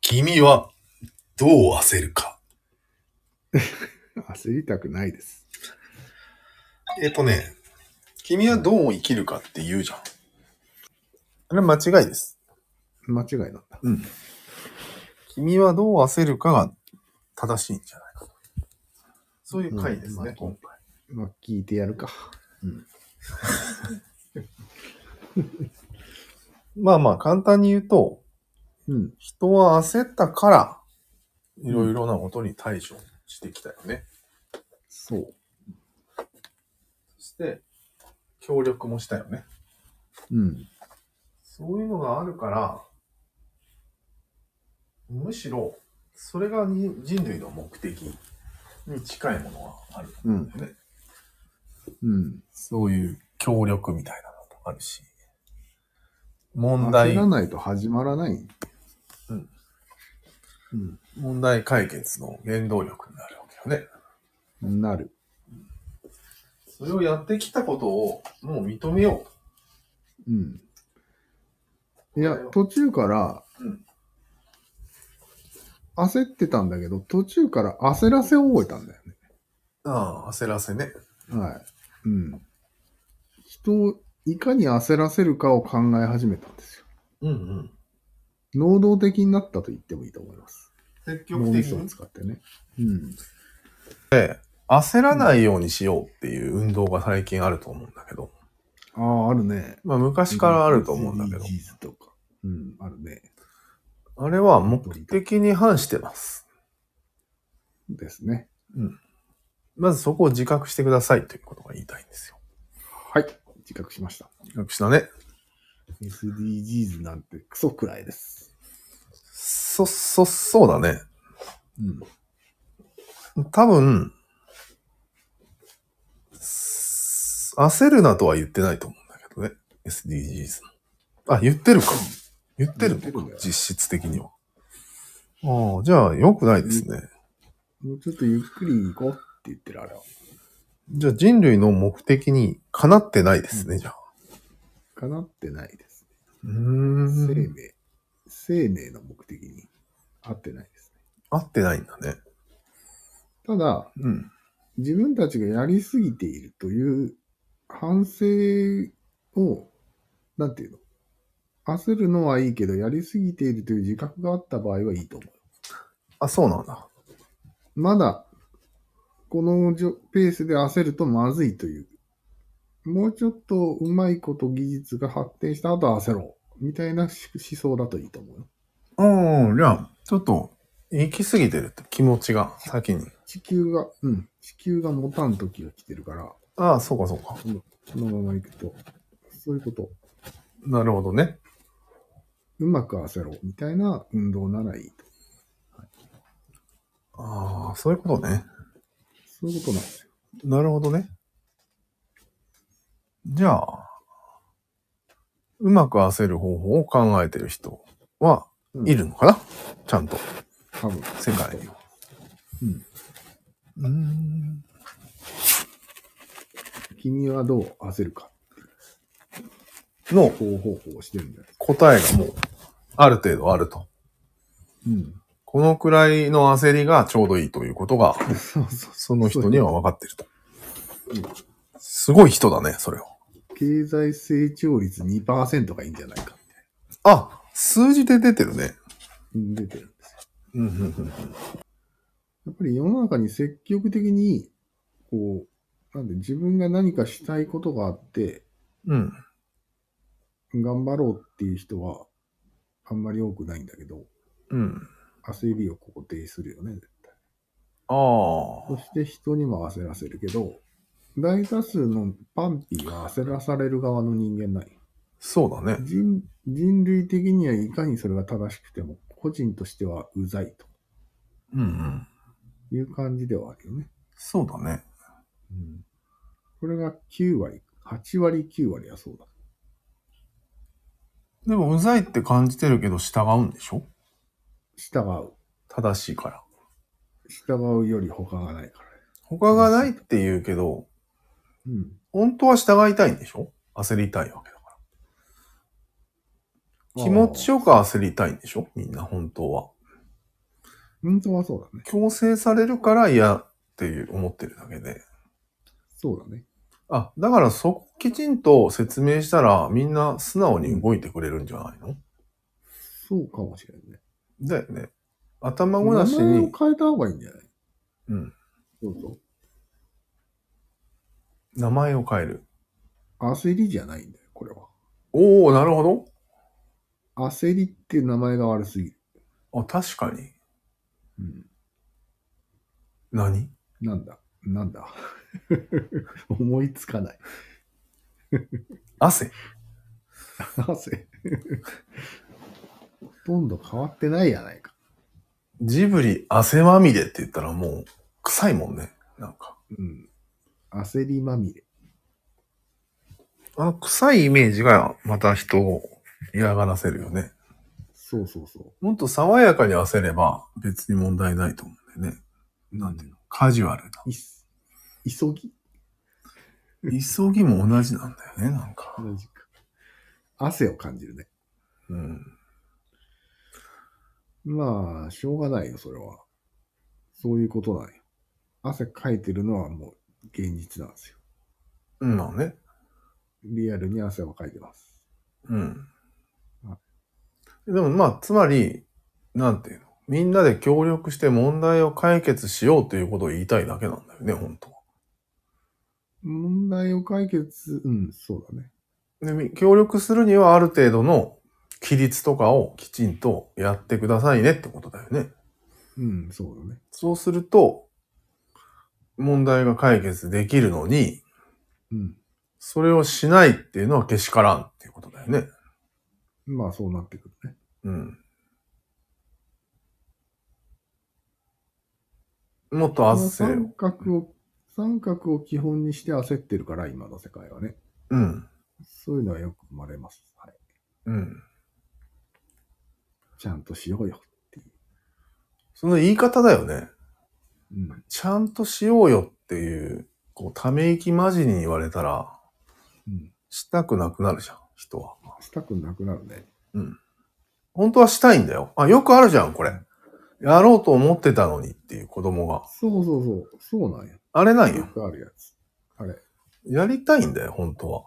君はどう焦るか。焦りたくないです。えっとね、君はどう生きるかって言うじゃん。あれ間違いです。間違いなんだ。うん。君はどう焦るかが正しいんじゃないかと。そういう回ですね、うん今回。まあ、聞いてやるか。まあまあ、簡単に言うと、うん。人は焦ったから、いろいろなことに対処してきたよね。そう。そして、協力もしたよね。うん。そういうのがあるから、むしろ、それがに人類の目的に近いものがあるうんだよね。うん。そういう協力みたいなのもあるし、問焦題、らないと始まらない。うん。うん。問題解決の原動力になるわけよね。なる。それをやってきたことをもう認めようん。いや、途中から、うん焦ってたんだけど、途中から焦らせを覚えたんだよね。う。ああ、焦らせね。はい。うん。人をいかに焦らせるかを考え始めたんですよ。うんうん。能動的になったと言ってもいいと思います。積極脳み的そをに使ってね。うん。焦らないようにしようっていう運動が最近あると思うんだけど、ああ、あるね。まあ昔からあると思うんだけど、 SDGs とか。うん、あるね。あれは目的に反してます。ですね。まずそこを自覚してくださいということが言いたいんですよ。はい。自覚しました。自覚したね。 SDGs なんてクソくらいです。そ、そ、そうだね。うん。多分、す焦るなとは言ってないと思うんだけどね。SDGs の。あ、言ってるか。言ってるの言ってるんかだよ実質的には。ああ、じゃあ良くないですね。もうちょっとゆっくり行こうって言ってるあれは。じゃあ人類の目的にかなってないですね、うんじゃあ。かなってないです。う生ーん。命、生命の目的に合ってないですね。合ってないんだね。ただ、うん。自分たちがやりすぎているという反省を、なんていうの焦るのはいいけど、やりすぎているという自覚があった場合はいいと思う。あ、そうなんだ。まだ、このじょペースで焦るとまずいという。もうちょっとうまいこと技術が発展した後は焦ろう。みたいな思想だといいと思うよ。うん、じゃあ、ちょっと、行き過ぎてるって気持ちが先に。地球が、うん、地球が持たん時が来てるから、こああ、そうかそうか。のまま行くと、そういうこと、なるほどね。うまく焦ろうみたいな運動ならいいと。ああ、そういうことね。そういうことなんですよ。なるほどね。じゃあ、うまく焦る方法を考えてる人はうんいるのかな、ちゃんと、多分。世界には。うん。うーん。君はどう焦るか、の方法をしてるんじゃない答えがもう、ある程度あると。うん。このくらいの焦りがちょうどいいということが、そうそう。その人には分かってるとうん。すごい人だね、それは。経済成長率2%がいいんじゃないかって。あ、数字で出てるね。うん出てるんですよ。うん、うん、やっぱり世の中に積極的に、こう、なんで自分が何かしたいことがあって、うん。うん。頑張ろうっていう人は、あんまり多くないんだけど、うん。焦りを肯定するよね、絶対。ああそ。して人にも焦らせるけど、大多数のパンピーは焦らされる側の人間ない。そうだね。人人類的にはいかにそれが正しくても、個人としてはうざいとうん、うん。いう感じではあるよね。そうだね。うん、これが9割、8割、9割はそうだ。でも、うざいって感じてるけど、従うんでしょ従う。正しいから。従うより他がないから。他がないって言うけど、うん。本当は従いたいんでしょ焦りたいわけだから。気持ちよく焦りたいんでしょみんな、本当は。本当はそうだね。強制されるから嫌っていう思ってるだけで。そうだね。あ、だからそこきちんと説明したらみんな素直に動いてくれるんじゃないのそうかもしれないね。だよね。頭ご名なし前をに、変えた方がいいんじゃないうん、そうそう。名前を変える。焦りじゃないんだよ、これは。おおなるほ焦りっていう名前が悪すぎる。ど。あ、確かに。うん。何なんだ、なんだ。 思いつかない。汗。汗。ほとんど変わってないやないか。ジブリ汗まみれって言ったらもう臭いもんね。なんか。うん。焦りまみれ。あの臭いイメージがまた人を嫌がらせるよね。そうそうそもっと爽やかに焦れば別に問題ないと思うんだよね。う。なんていうのカジュアルな。いす急ぎ急ぎも同じなんだよね、なんか。同じか。汗を感じるね。うん。まあ、しょうがないよ、それは。そういうことなんよ。汗かいてるのはもう現実なんですよ。うん、まあね。リアルに汗はかいてます。うん。はでもまあ、つまり、なんていうのみんなで協力して問題を解決しようということを言いたいだけなんだよね、本当は問題を解決、うん、そうだね。でみ協力するにはある程度の規律とかをきちんとやってくださいねってことだよね。うん、そうだね。そうすると、問題が解決できるのに、うん。それをしないっていうのはけしからんっていうことだよね。まあ、そうなってくるね。うん。もっとこの汗を三。角を、三角を基本にして焦ってるから、今の世界はね。うん。そういうのはよく生まれます。はい。うん。ちゃんとしようよ。その言い方だよね。うん。ちゃんとしようよっていう、こう、ため息まじりに言われたら、うん。したくなくなるじゃん、人は。したくなくなるね。本当はしたいんだよ。あ、よくあるじゃん、これ。やろうと思ってたのにっていう子供が。そうそうそう。そうなんや。あれなんよよ。くあるやつ。あれ。やりたいんだよ、本当は。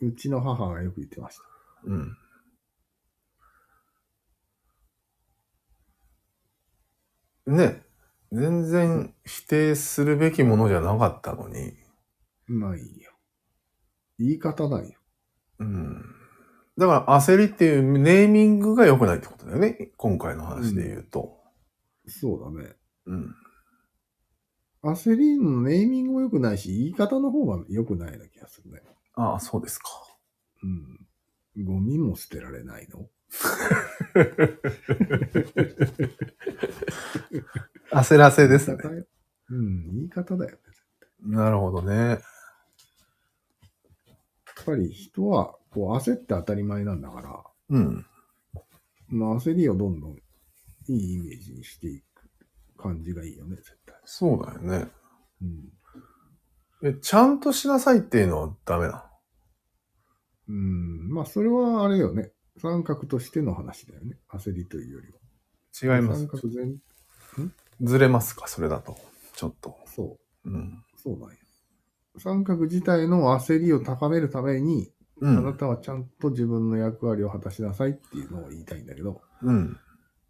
うちの母がよく言ってました。うん。ね。全然否定するべきものじゃなかったのに。まあいいよ。言い方なんよ。うん。だから焦りっていうネーミングが良くないってことだよね。今回の話で言うと。そうだね。うん。焦りのネーミングも良くないし、言い方の方が良くないような気がするね。ああ、そうですか。うん。ゴミも捨てられないの焦らせですね。言い方ようん、言い方だよね。なるほどね。やっぱり人はこう焦って当たり前なんだから、うん。まあ、焦りをどんどんいいイメージにしていく感じがいいよね、絶対。そうだよね。うん。え、ちゃんとしなさいっていうのはダメなうん、まあ、それはあれよね。三角としての話だよね。焦りというよりは。の違います三。角全、ずれますかそれだと。ちょっと。そうん。う、そうなんや。三角自体の焦りを高めるために、う。あなんたはちゃんと自分の役割を果たしなさいっていうのを言いたいんだけど、うん。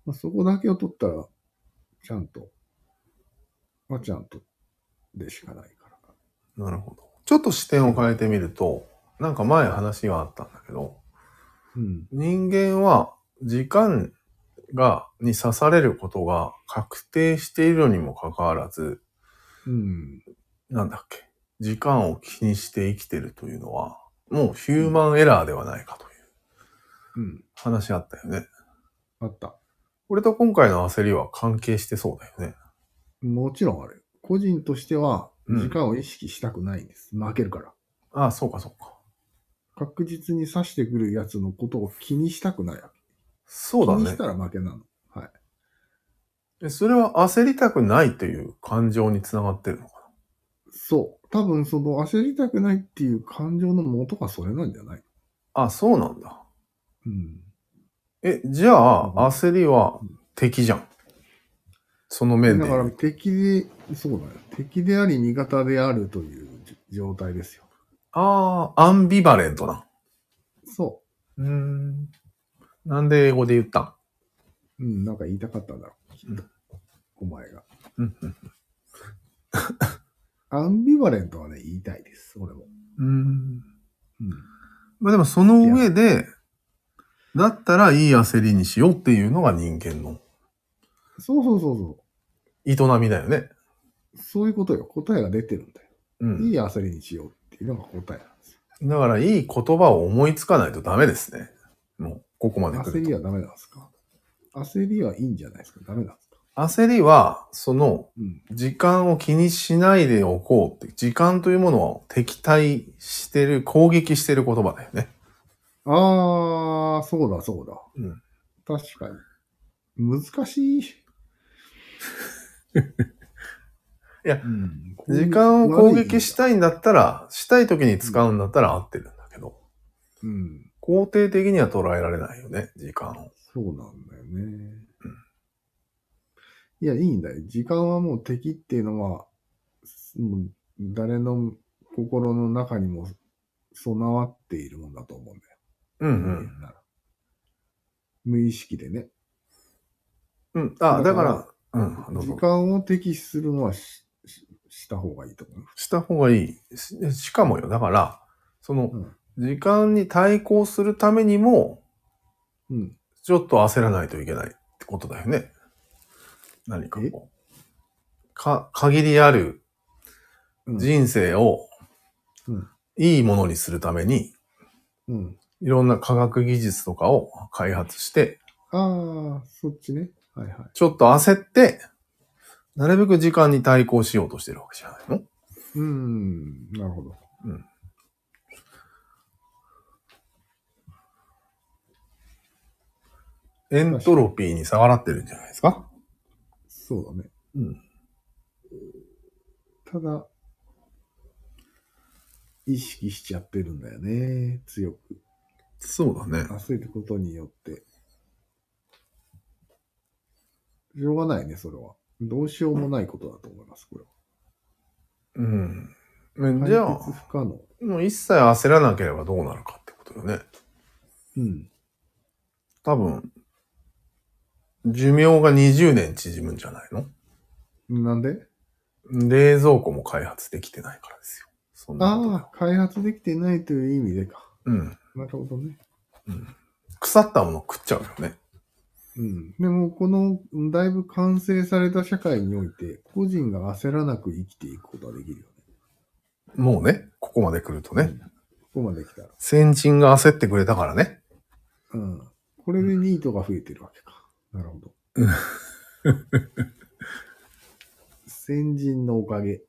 まあ、そこだけを取ったら、ちゃんと、まあ、ちゃんとでしかないから。なるほど。ちょっと視点を変えてみると、なんか前話があったんだけど、うん、人間は時間が、に刺されることが確定しているにもかかわらず、うん、なんだっけ、時間を気にして生きてるというのは、もうヒューマンエラーではないかといううん、話あったよね。あった。これと今回の焦りは関係してそうだよね。もちろんある。個人としては、うん時間を意識したくないんです。負けるから。ああ、そうかそうか。確実に刺してくるやつのことを気にしたくないわけ。そうだ気にねし。たら負けなの。はい。えそれは焦りたくないという感情につながってるのかそう。多分その焦りたくないっていう感情の元がそれなんじゃないなあ、そうなんだ。うん。え、じゃあ、うん焦りは敵じゃん。その面でだ言かう。ら敵で、そうだよ。敵であり味方であるという状態ですよ。ああ、アンビバレントな。そうーん。なんで英語で言ったんう。うん、なんか言いたかったんだろう。きっとお前が。うんうん アンビバレントはね、言いたいです。俺も。うーん。うん。まあでもその上で、だったらいい焦りにしようっていうのが人間のそうそうそうそ営みだよね。う。そういうことよ。答えが出てるんだよ。うん。いい焦りにしようっていうのが答えなんですよ。だからいい言葉を思いつかないとダメですね。もう、ここまで来焦ると。りはダメなんですか焦りはいいんじゃないですかダメなんですか焦りは、その、うん。時間を気にしないでおこうって、時間というものを敵対してる、攻撃してる言葉だよね。あー、そうだそうだ。うん確かに。難しい。やうん、時間を攻撃したいんだったら、したい時に使うんだったら合ってるんだけど、うん、肯定的には捉えられないよね、時間を。そうなんだよね。いや、いいんだよ。時間はもう敵っていうのは、もう誰の心の中にも備わっているもんだと思うんだよ。う人。間なら無意識でね。うん。あ、だだか、からうん、どう時ぞ。間を敵視するのはししした方がいいと思う。した方がいい。ししかもよ、だから、そのう、時間に対抗するためにも、うん。ちょっと焦らないといけないってことだよね。何かこう。か、限りあるうん人生をうん、いいものにするために、うん。いろんな科学技術とかを開発して、ああ、そっちね。はいはい。ちょっと焦って、なるべく時間に対抗しようとしてるわけじゃないのうーん。なるほど。うん。エントロピーに逆らってるんじゃないですかそうだね。うん。ただ、意識しちゃってるんだよね。強く。そうだね。焦ることによって。しょうがないね、それは。どうしようもないことだと思います、これうん。ねは。じゃあ、解決不可能。もう一切焦らなければどうなるかってことよね。うん。多分、寿命が20年縮むんじゃないのなんで冷蔵庫も開発できてないからですよ。そんなことああ、開発できてないという意味でか。うん。なるほどね。腐ったもの食っちゃうよね。うん。でも、この、だいぶ完成された社会において、個人が焦らなく生きていくことはできるよね。もうね、ここまで来るとね。ここまで来たら。先人が焦ってくれたからね。うん。これでニートが増えてるわけか。なる ほど。先人のおかげ。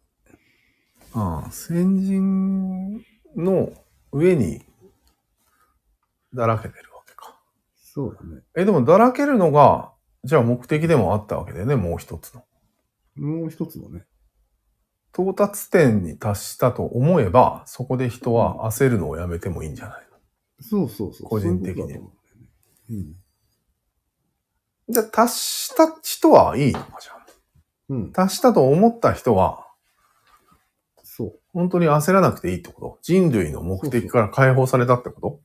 ああ、先人の上に、だらけてるわけか。そうだね。え、でもだらけるのが、じゃあ目的でもあったわけだよね、もう一つの。もう一つのね。到達点に達したと思えば、そこで人は焦るのをやめてもいいんじゃないそうそうそう。個人的にそういうことだと思うんだよねのじゃあ達した人はいいのか、じゃあ。うん。うん。達したと思った人は、そう。本当に焦らなくていいってこと人類の目的から解放されたってこと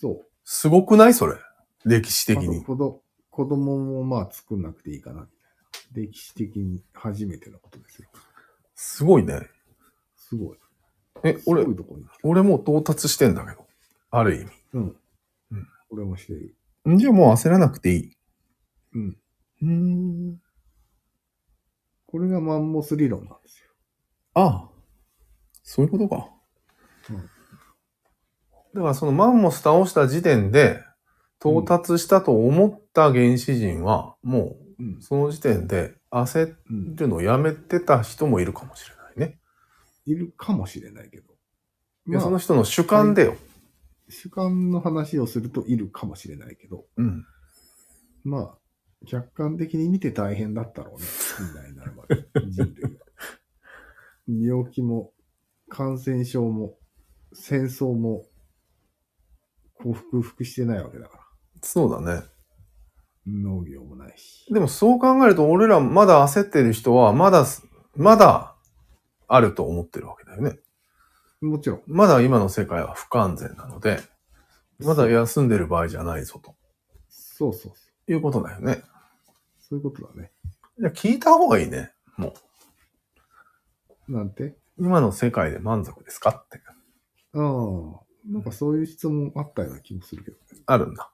そう。すごくないそれ。歴史的あとに。子ど子供もまあ作んなくていいかなみたいな。歴史的に初めてのことですよ。すごいね。すごい。え、俺すご、いとこに来て俺もう到達してんだけど。ある意うん。うん俺もしてる。味。んじゃあもう焦らなくていい。うん。うーん。これがマンモス理論なんですよ。ああ。そういうことか。うんだからそのマンモス倒した時点で、到達したと思った原始人は、もうんう。その時点で焦うん。るのをやめてた人もいるかもしれないね。いるかもしれないけど。いやまあその人の主観でよ。主観の話をするといるかもしれないけど、うん。まあ、客観的に見て大変だったろうね。近代になるまで、人類が。 病気も、感染症も、戦争も、こう、克服してないわけだから。そうだね。農業もないし。でもそう考えると、俺らまだ焦ってる人は、まだ、まだ、あると思ってるわけだよね。もちろん。まだ今の世界は不完全なので、まだ休んでる場合じゃないぞ、とそうそうそう。いうことだよね。そういうことだね。いや、聞いた方がいいね。なんて今の世界で満足ですかって。ああ。なんかそういう質問あったような気もするけどね。あるんだ。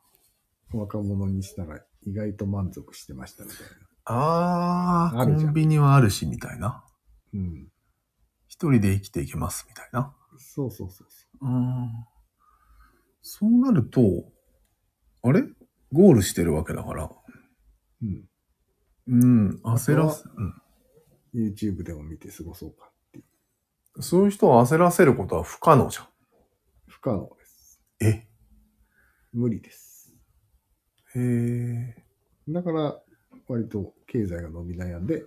若者にしたら意外と満足してましたみたいな。あー、あるじゃんコンビニはあるし、みたいな。うん。一人で生きていけます、みたいな。そうそうそうそうーん。そうなると、あれゴールしてるわけだから。う。うん。うん、焦らせ、うん。 YouTube でも見て過ごそうかっていう。そういう人を焦らせることは不可能じゃ不可能です。ん。え無理です。へえ。だから、割と経済が伸び悩んで、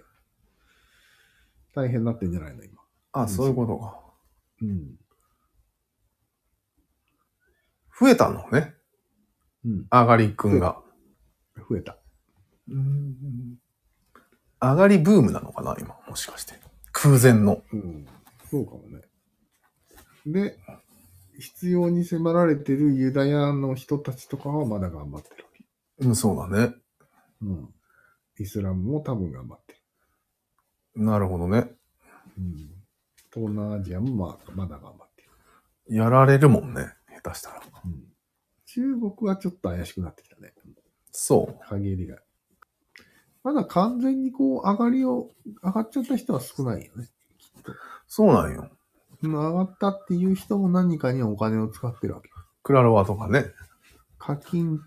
大変になってんじゃないの、今。あ、そういうことか。うん。増えたのね。うん。あがりくんが。増えた。あがりブームなのかな今、もしかして。空前の。うん。そうかもね。で、必要に迫られてるユダヤの人たちとかはまだ頑張ってるわけ。うん、そうだね。うん。イスラムも多分頑張ってる。なるほどね。うん。東南アジアもまあまだ頑張ってる。やられるもんね。下手したら。うん。中国はちょっと怪しくなってきたね。そう。限りが。まだ完全にこう上がりを、上がっちゃった人は少ないよね。そうなんよ。うん上がったっていう人も何かにお金を使ってるわけ。クラロワとかね。課金、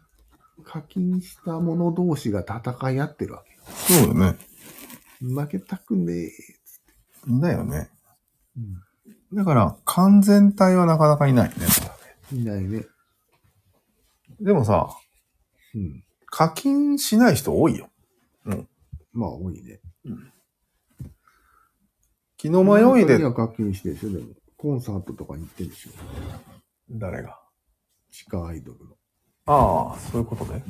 課金した者同士が戦い合ってるわけ。そうよね。負けたくねえ。だよね。だから、完全体はなかなかいないね。いないね。でもさ、うん。課金しない人多いよ。まあ、多いね。気の迷いにで、は課金してるでしょ、でも。コンサートとかに行ってるでしょ。誰が。地下アイドルの。ああ、そういうことね。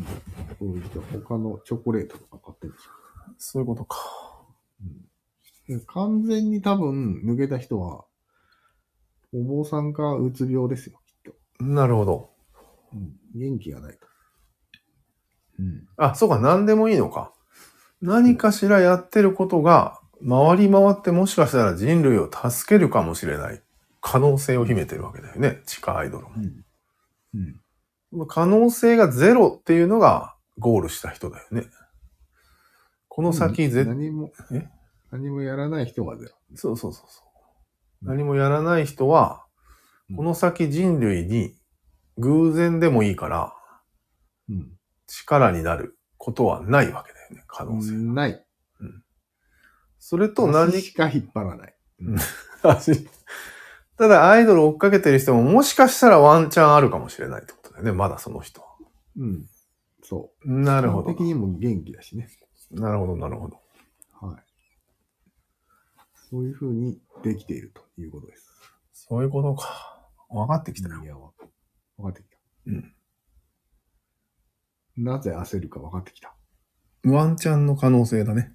こういう人、他のチョコレートとか買ってるでしょ。そういうことか。で完全に多分抜けた人は、お坊さんかうつ病ですよ、きっと。なるほど。うん、元気がないと。うん。あ、そうか、何でもいいのか。何かしらやってることが、回り回ってもしかしたら人類を助けるかもしれない可能性を秘めてるわけだよね。地下アイドルうん。うん。も。可能性がゼロっていうのがゴールした人だよね。この先、ぜ、何もえ、何もやらない人がゼロ。そうそうそうそう。何もやらない人は、うんこの先人類に偶然でもいいからうん。力になることはないわけだよね。可能性。ない。それと何足しか引っ張らない。 足ただアイドル追っかけてる人ももしかしたらワンチャンあるかもしれないってことだよね。まだその人は。うん。そう。なるほ基ど本。的にも元気だしね。なるほど、なるほど。はい。そういうふうにできているということです。そういうことか。分かってきたよ。人間は。分かってきた。うん。なぜ焦るか分かってきた。ワンチャンの可能性だね。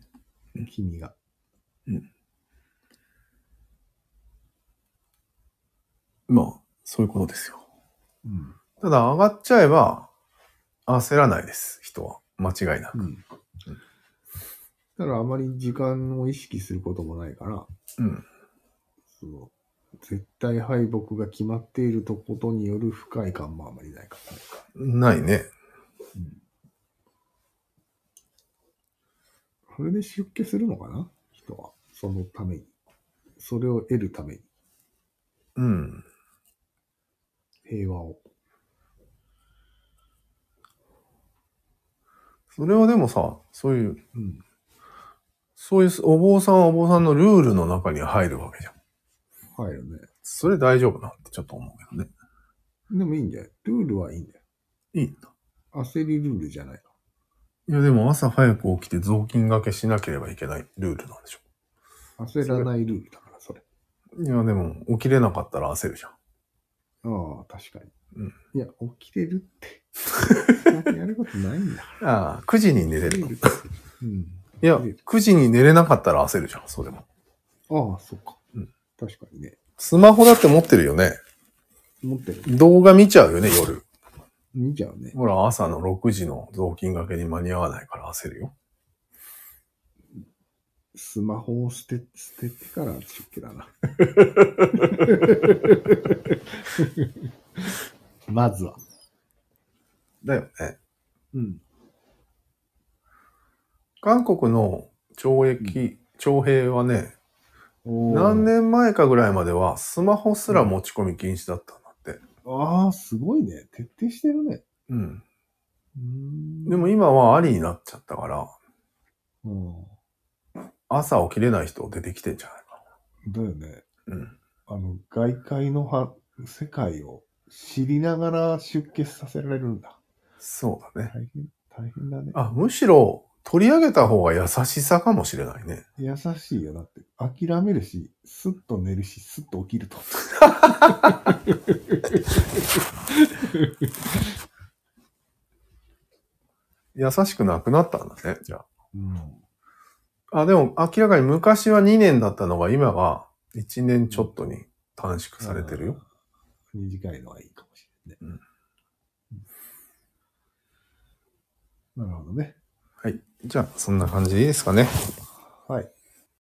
君が。まあ、そういうことですよ。うん。ただ上がっちゃえば焦らないです。人は。間違いなく。うん。だからあまり時間を意識することもないから、うん。その、絶対敗北が決まっているとことによる不快感もあまりないからね。ないね。それで出家するのかな人は。そのために。それを得るために。うん。平和を。それはでもさ、そういう、うん。そういうお坊さんはお坊さんのルールの中に入るわけじゃん。入るね。それ大丈夫なってちょっと思うけどね。でもいいんだよ。ルールはいいんだよ。いいんだ。焦りルールじゃないいや、でも朝早く起きて雑巾掛けしなければいけないルールなんでしょ。の。焦らないルールだから、それ。いや、でも起きれなかったら焦るじゃん。ああ、確かに。うんいや、起きれるって。 やることないんだ。ああ、9時に寝れるの。いうん。や、9時に寝れなかったら焦るじゃん、そうでも。ああ、そうか。うん確かにね。スマホだって持ってるよね。持ってる。動画見ちゃうよね、夜。見ちゃうね。ほら、朝の6時の雑巾掛けに間に合わないから焦るよ。スマホを捨て、捨ててから出家 だな。まずは。だよね。うん。韓国の懲役、徴兵はね、おー何年前かぐらいまではスマホすら持ち込み禁止だったんだって。ああ、すごいね。徹底してるね。うん。うーんでも今はありになっちゃったから、うん。朝起きれない人出てきてんじゃないかだよね。な。うん。あの、外界のは世界を知りながら出家させられるんだ。そうだね。大変、大変だね。あ、むしろ取り上げた方が優しさかもしれないね。優しいよ。だって、諦めるし、スッと寝るし、スッと起きると。優しくなくなったんだね、じゃうん。あ。あ、でも明らかに昔は2年だったのが今は1年ちょっとに短縮されてるよ。うん。短いのはいいかもしれないね。なるほどね。はい。じゃあ、そんな感じでいいですかね。